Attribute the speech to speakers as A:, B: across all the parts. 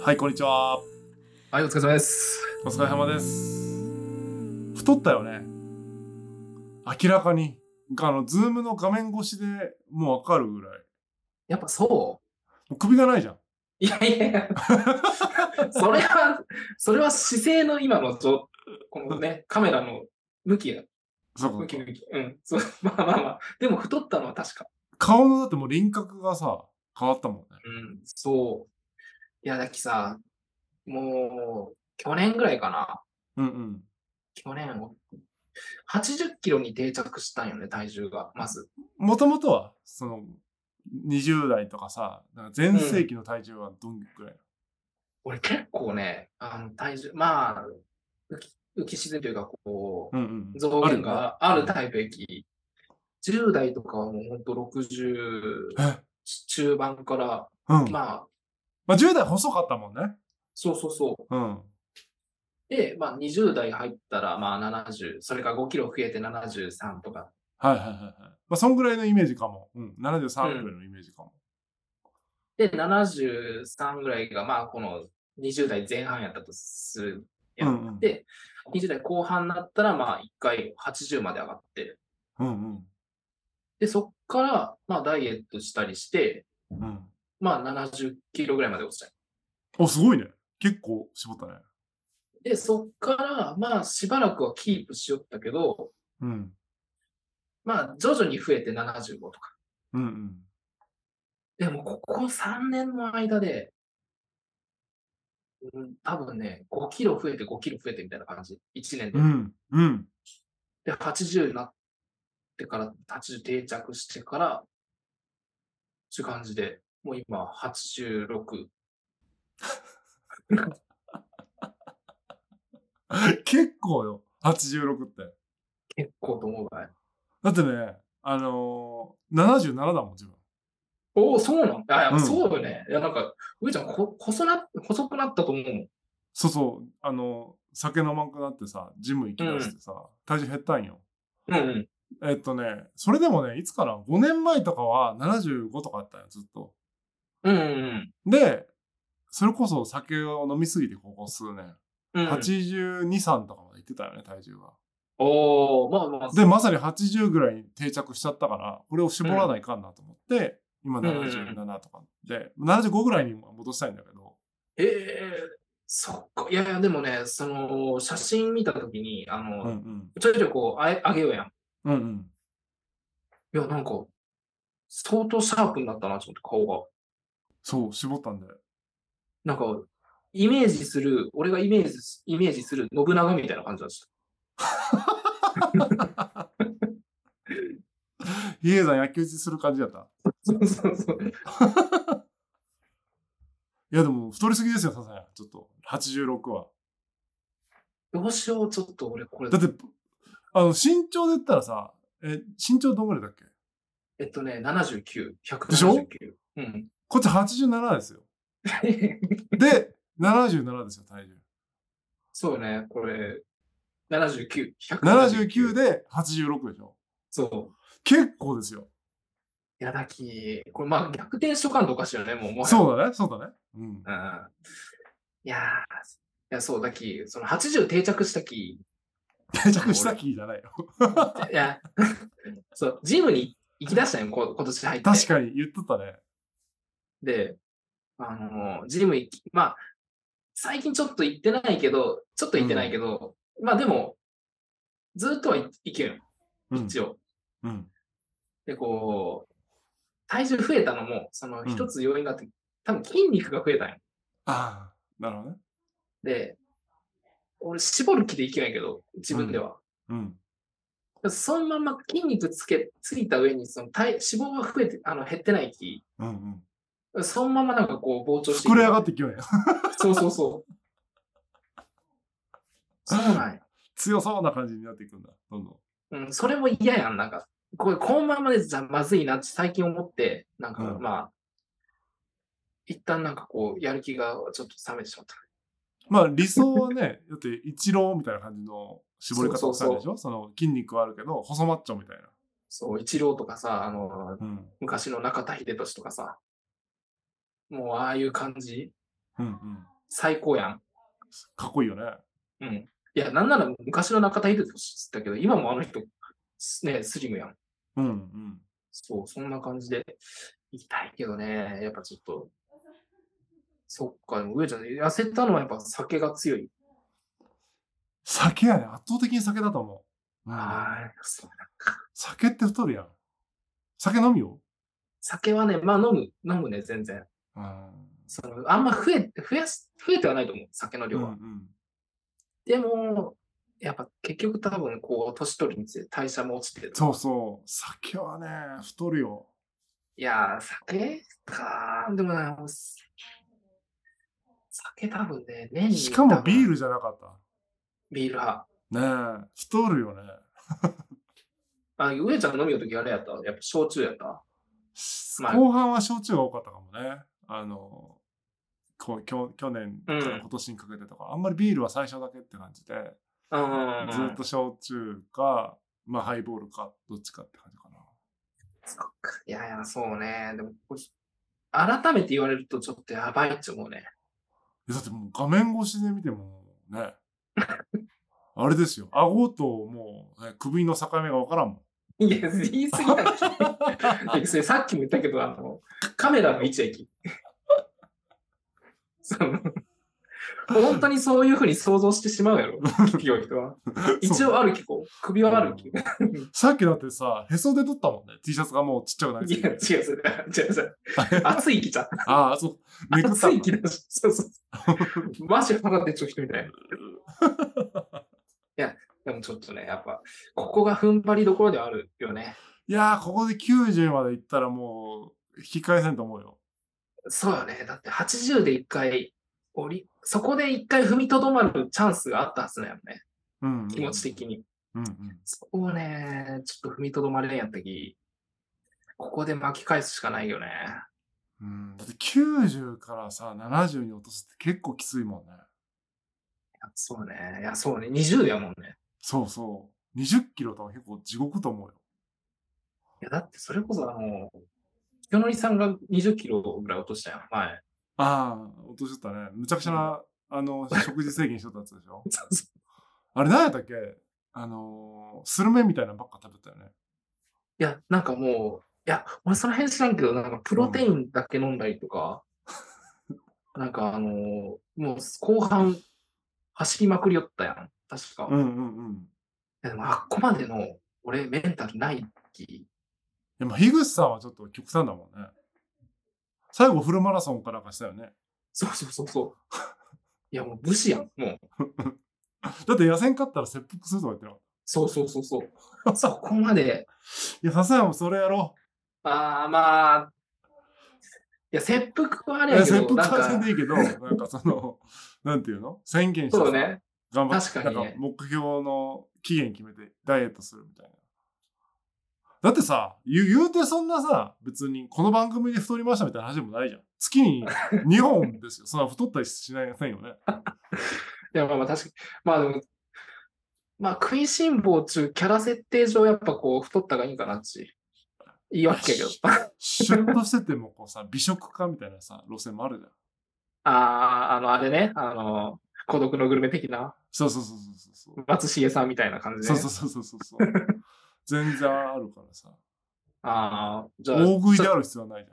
A: はい、こんにちは。
B: はい、お疲れ様です。
A: お疲れ様です。太ったよね。明らかに。あの、ズームの画面越しでもうわかるぐらい。
B: やっぱそ
A: もう首がないじゃん。
B: ういやいやいや、それは、それは姿勢の今のぞ、このね、カメラの向きが、
A: そうか
B: 向き向き。うん、そう、 まあまあまあ。でも太ったのは確か。
A: 顔のだってもう輪郭がさ、変わったもんね。
B: うん、そう。いや、だっきさ、もう、去年ぐらいかな。
A: うんうん。
B: 去年、80キロに定着したんよね、体重が、まず。
A: もともとは、その、20代とかさ、なんか全盛期の体重はどんぐらい、
B: 俺結構ね、あの体重、まあ、浮き浮き沈みというか、こう、
A: うん、うんうん
B: 増減が
A: あ
B: あ
A: るよ
B: る
A: ね
B: タイプ駅。10代とかはもうほんと60
A: え
B: 中盤から、
A: うん。ま
B: まあ、
A: あ、10代細かったもんね。
B: そうそうそう。
A: うん。
B: で、まあ20代入ったら、まあ70、それから5キロ増えて73とか。
A: はいはいはいはい。まあ、そんぐらいのイメージかも。うん。73ぐらいのイメージかも。
B: で、73ぐらいが、まあこの20代前半やったとするやん。
A: うんうん
B: で、20代後半になったら、まあ1回80まで上がって、
A: うん
B: で、そっから、まあダイエットしたりして、
A: うん。うん。
B: まあ70キロぐらいまで落ちた。
A: お、すごいね。結構絞ったね。
B: で、そっから、まあ、しばらくはキープしよったけど、
A: うん。
B: まあ、徐々に増えて75とか。
A: うんうん。
B: でも、ここ3年の間で、うん、多分ね、5キロ増えて5キロ増えてみたいな感じ。1年で。
A: うん。うん。
B: で、80になってから、80定着してから、っていう感じで、もう今、86。
A: 結構よ。86って。
B: 結構と思うわい。
A: だってね、あのー、77だもん、自分。
B: おお、そうなんだ。あ、やっぱ
A: うん
B: そうよね。いや、なんか、上ちゃん、こ細な、細くなったと思うもん。
A: そうそう。あのー酒飲まんくなってさ、ジム行きだしてさ、体重減ったんよ。
B: うんうん。
A: えっとね、それでもね、いつかな ?5 年前とかは75とかあったんよ、ずっと。
B: うんうん
A: で、それこそ酒を飲みすぎて、ここ数年。
B: うん。うん
A: 82、3とかまで行ってたよね、体重が。
B: おお、まあまあ、
A: で、まさに80ぐらいに定着しちゃったから、これを絞らないかんなと思って、今77とかで、75ぐらいに戻したいんだけど、
B: ええそっか。いやいや、でもね、その、写真見たときに、あの、
A: うんうん。
B: ちょいちょいこうあえ、あげようやん。い
A: うんうん。
B: や、なんか、相当シャープになったな、ちょっと顔が。
A: そう、絞ったんだよ。
B: なんか、イメージする、俺がイメージす、イメージする信長みたいな感じだし
A: 比叡山焼き打ちする感じだった。
B: た。そうそうそう。
A: いや、でも太りすぎですよ、ささや。ちょっと、86は。
B: どうしよう、ちょっと俺、これ
A: だ、って、あの、身長で言ったらさ、え、身長どんぐらいだっけ
B: えっとね、79、179。
A: でしょ
B: うん。
A: こっち87ですよ。で、77ですよ、体重。
B: そうね、これ、79、
A: 79
B: 179。
A: で86でしょ。
B: そう。
A: 結構ですよ。
B: いやだき、これまあ逆転しとかんとおかしいよね、もうもはや。
A: そうだね、そうだね。 うん。
B: うん。いやー、いやそうだき、その80定着したき、
A: 定着した気じゃないよ。
B: いや、 そう、ジムに行き出したんよ、こ今年入 って。
A: 確かに言ってたね。
B: で、あのージム行き、まあ、最近ちょっと行ってないけど、ちょっと行ってないけど、まあでも、ずっとは行行ける
A: うん
B: よ、一応。
A: うん。
B: で、こう、体重増えたのも、その
A: うん
B: 一つ要因があって、多分筋肉が増えたんよ。
A: ああ、なるほどね。
B: で、俺、絞る気でいけないけど、自分では。
A: うん。
B: そのまんま筋肉つけ、ついた上に、その体、脂肪が増えて、あの、減ってない気。
A: うんうん。
B: そのままなんかこう膨張してい
A: 膨
B: く。
A: れ上がってきようや。
B: そうそうそう。そうなんや。
A: 強そうな感じになっていくんだ。どんどん。
B: うん、それも嫌やん。なんか、これ、このままでじゃまずいなって最近思って、なんか、
A: うん
B: まあ、一旦なんかこう、やる気がちょっと冷めてしまった。
A: まあ理想は ね、だって一郎みたいな感じの絞り方をしたんでしょその筋肉はあるけど、細マッチョみたいな。
B: そう、一郎とかさ、あの、
A: うん。
B: 昔の中田秀俊とかさ、もうああいう感じ、
A: うんうん。
B: 最高やん。
A: かっこいいよね。
B: うん。いや、なんなら昔の中田秀俊って言ったけど、今もあの人、すね、スリムやん。
A: うんうん。
B: そう、そんな感じで行きたいけどね、やっぱちょっと。そっか、でも上ちゃん、痩せたのはやっぱ酒が強い。
A: 酒やね。圧倒的に酒だと思う。うん、
B: はい、そうだ
A: 酒って太るやん。酒飲みよ。
B: 酒はね、まあ飲む、飲むね、全然。
A: うん。
B: そのあんま増え、増やす、増えてはないと思う、酒の
A: う
B: 量
A: んう
B: は。
A: ん。
B: でも、やっぱ結局多分、こう、年取るにつれて代謝も落ちてる。
A: そうそう。酒はね、太るよ。
B: いやー、酒かーでもな、酒多分ね、年に。
A: しかもビー
B: ル。
A: ルじゃなかっ
B: ビール派。
A: た。ねえ、太るよね。
B: あ、上ちゃん飲みの時あれやったやっぱ焼酎やったまあ
A: 後半は焼酎が多かったかもね。あの、こうきょ去年から
B: うん
A: 今年にかけてとか、あんまりビールは最初だけって感じで、
B: うんうんうん。
A: ずっと焼酎か、まあハイボールか、どっちかって感じかな。
B: そっか。いやいや、そうね。でも、これ改めて言われるとちょっとやばいって思うね。
A: えだってもう画面越しで見ても ね、あれですよ、顎ともう、ね、首の境目がわから んもん。
B: いや、言い過ぎ たでしょいやそれさっきも言ったけど、あの、カメラの位置駅。 その、本当にそういうふうに想像してしまう やろ、企業人は。一応歩きこう、首は歩き。い
A: さっきだってさ、へそで撮ったもんね、T シャツがもうちっちゃくなりすぎ
B: や、違
A: て
B: う、。それ違う、それ暑い気じゃん。
A: ああ、そう、めくった
B: 暑
A: ん
B: い
A: だ。
B: 気だし。そうそうそう。マジ腹立ってちょ人みたいな。いや、でもちょっとね、やっぱ、ここが踏ん張りどころではあるよね。
A: いやー、ここで90まで行ったらもう、引き返せんと思うよ。
B: そうよね。だって80で一回降り、そこで一回踏みとどまるチャンスがあったはずだよね。
A: うん、うん。
B: 気持ち的に。
A: うんうん、
B: そこをね、ちょっと踏みとどまれんやったき、ここで巻き返すしかないよね。
A: うん。だって90からさ、70に落とすって結構きついもんね。
B: いやそうね。いや、そうね。20やもんね。
A: そうそう。20キロとか結構地獄と思うよ。
B: いや、だってそれこそあの、清則さんが20キロぐらい落としたよ、前。。
A: ああ、落としとったね。むちゃくちゃな、あの、食事制限しとったやつでしょ
B: そうそ
A: あれ何やったっけあのースルメみたいなのばっか食べたよね。
B: ういや、なんかもう、いや、俺その辺知らんけど、なんかプロテインだけ飲んだりとか、なんかあのもう後半走りまくりよったやん、確か。
A: うんうんうん。
B: でもあっこまでの俺メンタルないき、
A: でも、樋口さんはちょっと極端だもんね。最後フルマラソンかなんかしたよね。
B: そうそうそうそう。いやもう武士やん、もう。
A: だって野戦勝ったら切腹するとか言ってなかっ
B: そうそうそうそう。そこまで、
A: た。いや、さすがにもうそれやろ
B: ああまあ、いや、切腹はあ
A: う。
B: れ
A: い
B: や
A: や、
B: け
A: 切
B: ど、
A: 腹
B: なん
A: は全然
B: か、
A: いい けど、なんかその、なんていうの宣言してさ
B: そうね。
A: 頑張って、
B: 確かにね
A: なんか目標の期限決めてダイエットするみたいな。だってさ、言う言うてそんなさ、別にこの番組で太りましたみたいな話でもないじゃん。月に2本ですよ。 そんな太ったりしないませんよね。
B: いや、まあまあ確かに。まあでも、まあ食いしん坊中キャラ設定上やっぱこう太ったがいいんかなって言い訳やけど。
A: シュッとしててもこうさ、美食家みたいなさ、路線もあるじゃん。
B: ああ、あの、あれね、あの、孤独のグルメ的な
A: そうそうそうそうそうそう。
B: 松重さんみたいな感じ
A: そ
B: で。
A: うそうそうそうそうそう。全然あるからさ。
B: ああ、じゃあ、
A: 大食い
B: じ
A: で
B: ゃ
A: ある必要はないじ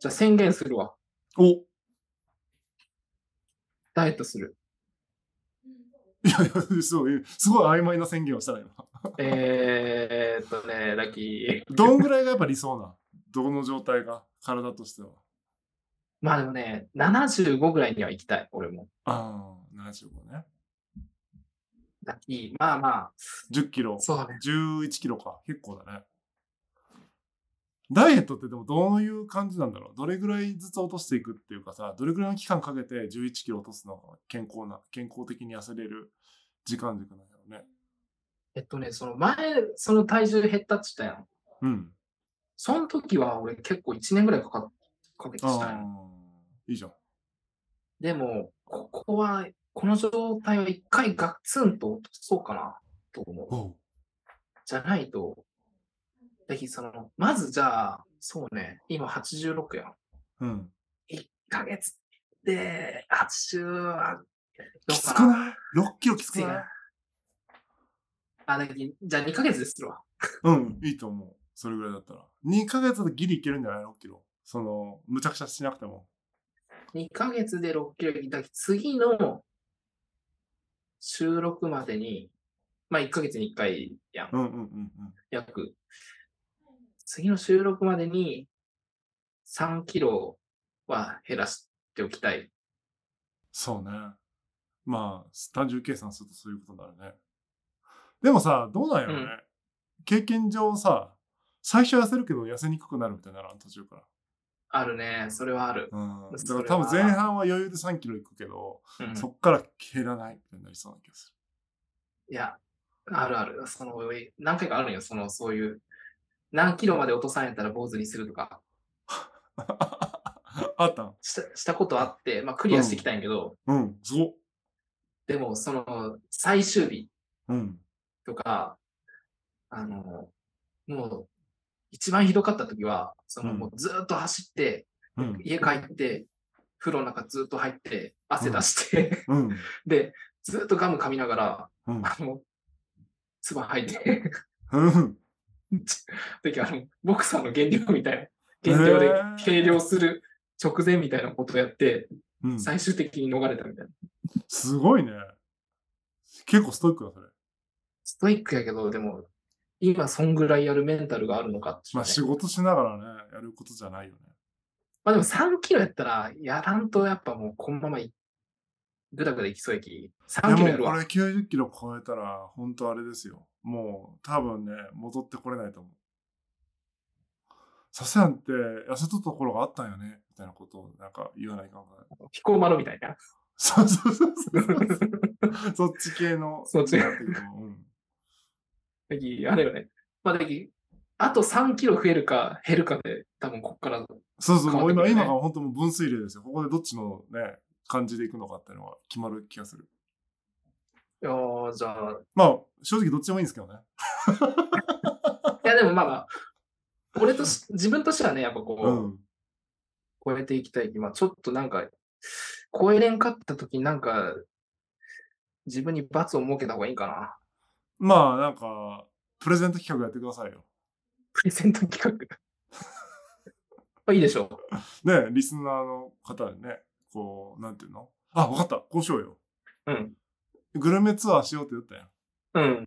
B: じゃあ宣言するわ。
A: ゃん。おい
B: ダイエットする。
A: やいや、そう、すごい曖昧な宣言をした ら今。
B: えーっとね、ラッキー。
A: どんぐらいがやっぱ理想な どの状態が体としては。
B: まあでもね、75ぐらいには行きたい、俺も。
A: ああ、75ね。
B: ラッキー。まあまあ、
A: 10キロ、
B: そうだね。
A: 11キロか。結構だね。ダイエットってでもどういう感じなんだろうどれぐらいずつ落としていくっていうかさ、どれぐらいの期間かけて11キロ落とすのが健康な、健康的に痩せれる時間軸なんだろうね。
B: えっとね、その前、その体重減ったって言ったやん。
A: うん。
B: その時は俺結構1年ぐらいかかっかけてしたん
A: あ
B: よ
A: ーいいじゃん。
B: でも、ここは、この状態は一回ガッツンと落とそうかなと思う。
A: おう
B: じゃないと、ぜひその、まずじゃあ、そうね、今86やん。
A: うん。
B: 1ヶ月で80は、
A: き
B: どう
A: つ
B: か
A: く
B: な
A: ない ?6 キロきつく
B: きつい
A: ない
B: なあ、だけどじゃあ2ヶ月でするわ。
A: うん、いいと思う。それぐらいだったら。2ヶ月でギリいけるんじゃない ?6 キロ。その、むちゃくちゃしなくても。
B: 2ヶ月で6キロだけ次の収録までに、まあ1ヶ月に1回やん、
A: うんうんうん
B: 約。次の収録までに3キロは減らしておきたい。
A: そうね。まあ、単純計算するとそういうことになるね。でもさ、どうなんやろね。
B: うん
A: 経験上さ、最初痩せるけど痩せにくくなるみたいにならん途中から。
B: あるね。それはある。
A: うん。だ
B: そ
A: か
B: れ
A: ら
B: は
A: 多分前半は余裕で3キロいくけど、
B: うん、
A: そっから減らないみたいになりそうな気がす
B: いや、あるある。その、何回かあるんよ。その、そういう、何キロまで落とされたら坊主にするとか、
A: る。 あったん
B: したしたことあって、まあクリアしていきたいんやけど、
A: うん、そ
B: でも、その、最終日、
A: う。うん。
B: とか、あの、もう、一番ひどかった時は、その、
A: うん
B: もうずーっと走って、
A: うん。
B: 家帰って、風呂の中ずーっと入って、汗出して、
A: うん。
B: で、ずーっとガム噛みながら、
A: うん。
B: あの、唾吐いて、
A: うん。
B: 時あの、ボクサーの減量みたいな、減量で
A: へー
B: 計量する直前みたいなことをやって、
A: うん。
B: 最終的に逃れたみたいな。
A: すごいね。結構ストイックだ、それ。
B: ストイックやけど、でも、今そんぐらいやるメンタルがあるのかっていうね
A: まあ仕事しながらね、やることじゃないよね。
B: まあでも3キロやったら、やらんとやっぱもうこのままい、ぐだぐだいきそうやき。3キロ
A: で
B: やる
A: もこれ
B: わ。
A: 90キロ超えたら、本当あれですよ。もう多分ね、戻ってこれないと思う。サセアンって痩せとった頃があったんよね、みたいなことをなんか言わないかもね。
B: 彦摩呂みた いな。
A: そうそうそうそう。そっち系の。
B: そっち
A: になってくるうん
B: だきあれよね。まあだきあと3キロ増えるか減るかで、多分こっから、
A: そうそう、もう
B: 変わっ
A: 今、
B: てくるね
A: 今が本当もう分水嶺ですよ。ここでどっちのね、感じでいくのかっていうのは決まる気がする。
B: いやーじゃあ、
A: まあ、正直どっちでもいいんですけどね。
B: いやでもまあまあ、俺とし、自分としてはね、やっぱこう、
A: うん。
B: 超えていきたい。まあちょっとなんか、超えれんかった時になんか、自分に罰を設けた方がいいんかな。
A: まあ、なんか、プレゼント企画やってくださいよ。
B: プレゼント企画。まあ いいでしょう。
A: ね、リスナーの方でね、こう、なんていうのあ、わかった。こうしようよ。
B: うん。
A: グルメツアーしようって言ったやん。
B: うん。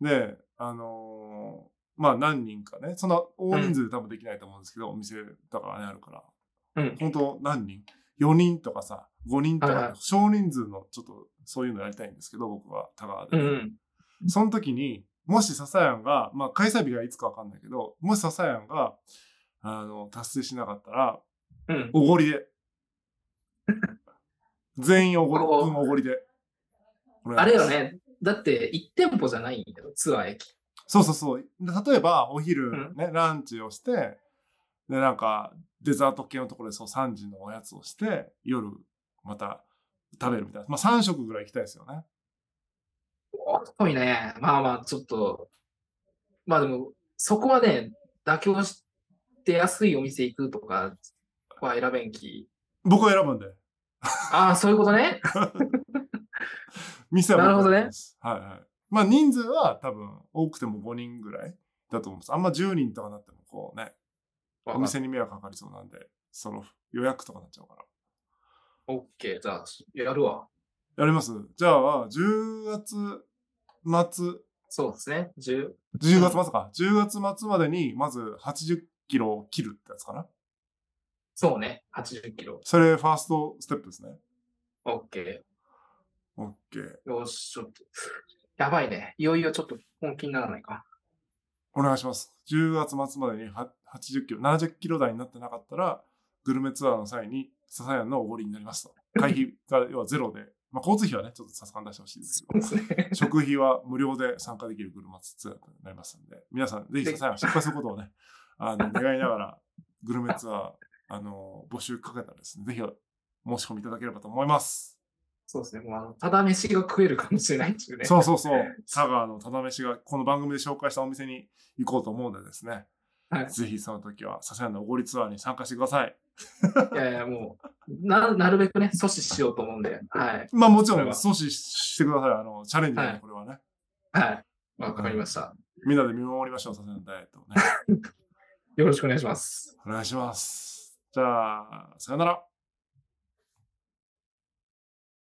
A: で、あのーまあ何人かね、そんな大人数で多分できないと思うんですけど、お店だからね、あるから。
B: うん。
A: 本当何人 ?4 人とかさ、5人と
B: はいは
A: か
B: い、
A: 少人数のちょっとそういうのやりたいんですけど、僕は田川で。
B: うんうん。
A: その時に、もし笹谷が、まあ開催日がいつかわかんないけど、もし笹谷が、あの、達成しなかったら、
B: うん。
A: おごり で。全員おごり、
B: おー
A: 分おごりで。お願
B: あ
A: い
B: れ
A: します
B: よ。ね。だって、1店舗じゃないんだよ、ツアー駅。
A: そうそうそう。で例えば、お昼
B: うん
A: ね、ランチをして、で、なんか、デザート系のところでそう3時のおやつをして、夜、また食べるみたいな。まあ3食ぐらい行きたいですよね。
B: お太いね。まあまあ、ちょっと。まあでも、そこはね、妥協して安いお店行くとかは選べんき。
A: 僕は選ぶんで。
B: ああ、そういうことね。
A: 店は僕が
B: なる
A: 選び
B: ほどね
A: ますはいはい。まあ人数は多分多くても5人ぐらいだと思うんです。あんま10人とかなってもこうね、お店に迷惑かかりそうなんで、その予約とかなっちゃうから。
B: オッケー、じゃあ、やるわ。
A: やりますじゃあ、10月末、
B: そうですね。10
A: 10月末か。10月末までに、まず80キロを切るってやつかな。
B: そうね。80キロ。
A: それ、ファーストステップですね。
B: オッケ
A: OK。
B: ー。よし、ちょっと。やばいね。いよいよちょっと本気にならないか。
A: お願いします。10月末までには80キロ、70キロ台になってなかったら、グルメツアーの際に、笹谷のおごりになり ますと。会費が、要はゼロで、まあ、交通費はね、ちょっとさすがに出してほしいです
B: そう
A: け
B: で
A: ど、
B: すね。
A: 食費は無料で参加できるグルメツアーとなりますんで、皆さん、ぜひ笹谷は失敗することを ね、あの、願いながら、グルメツアー、あの、募集かけたらですね、ぜひお申し込みいただければと思います。
B: そうですね。もうあの、ただ飯が食えるかもしれないですよね。
A: そうそうそう。 佐川のただ飯が、この番組で紹介したお店に行こうと思うのでですね。
B: はい
A: ぜひその時は、笹谷のおごりツアーに参加してください。
B: いやいや、もう、な、なるべくね、阻止しようと思うんで。はい。
A: まあもちろん、
B: これは
A: 阻止してください。あの、チャレンジなん
B: は
A: で、
B: い
A: これはね。
B: はい。わかりました。
A: みんなで見守りましょう、笹谷のダイエットをね。
B: よろしくお願いします。
A: お願いします。じゃあ、さよなら。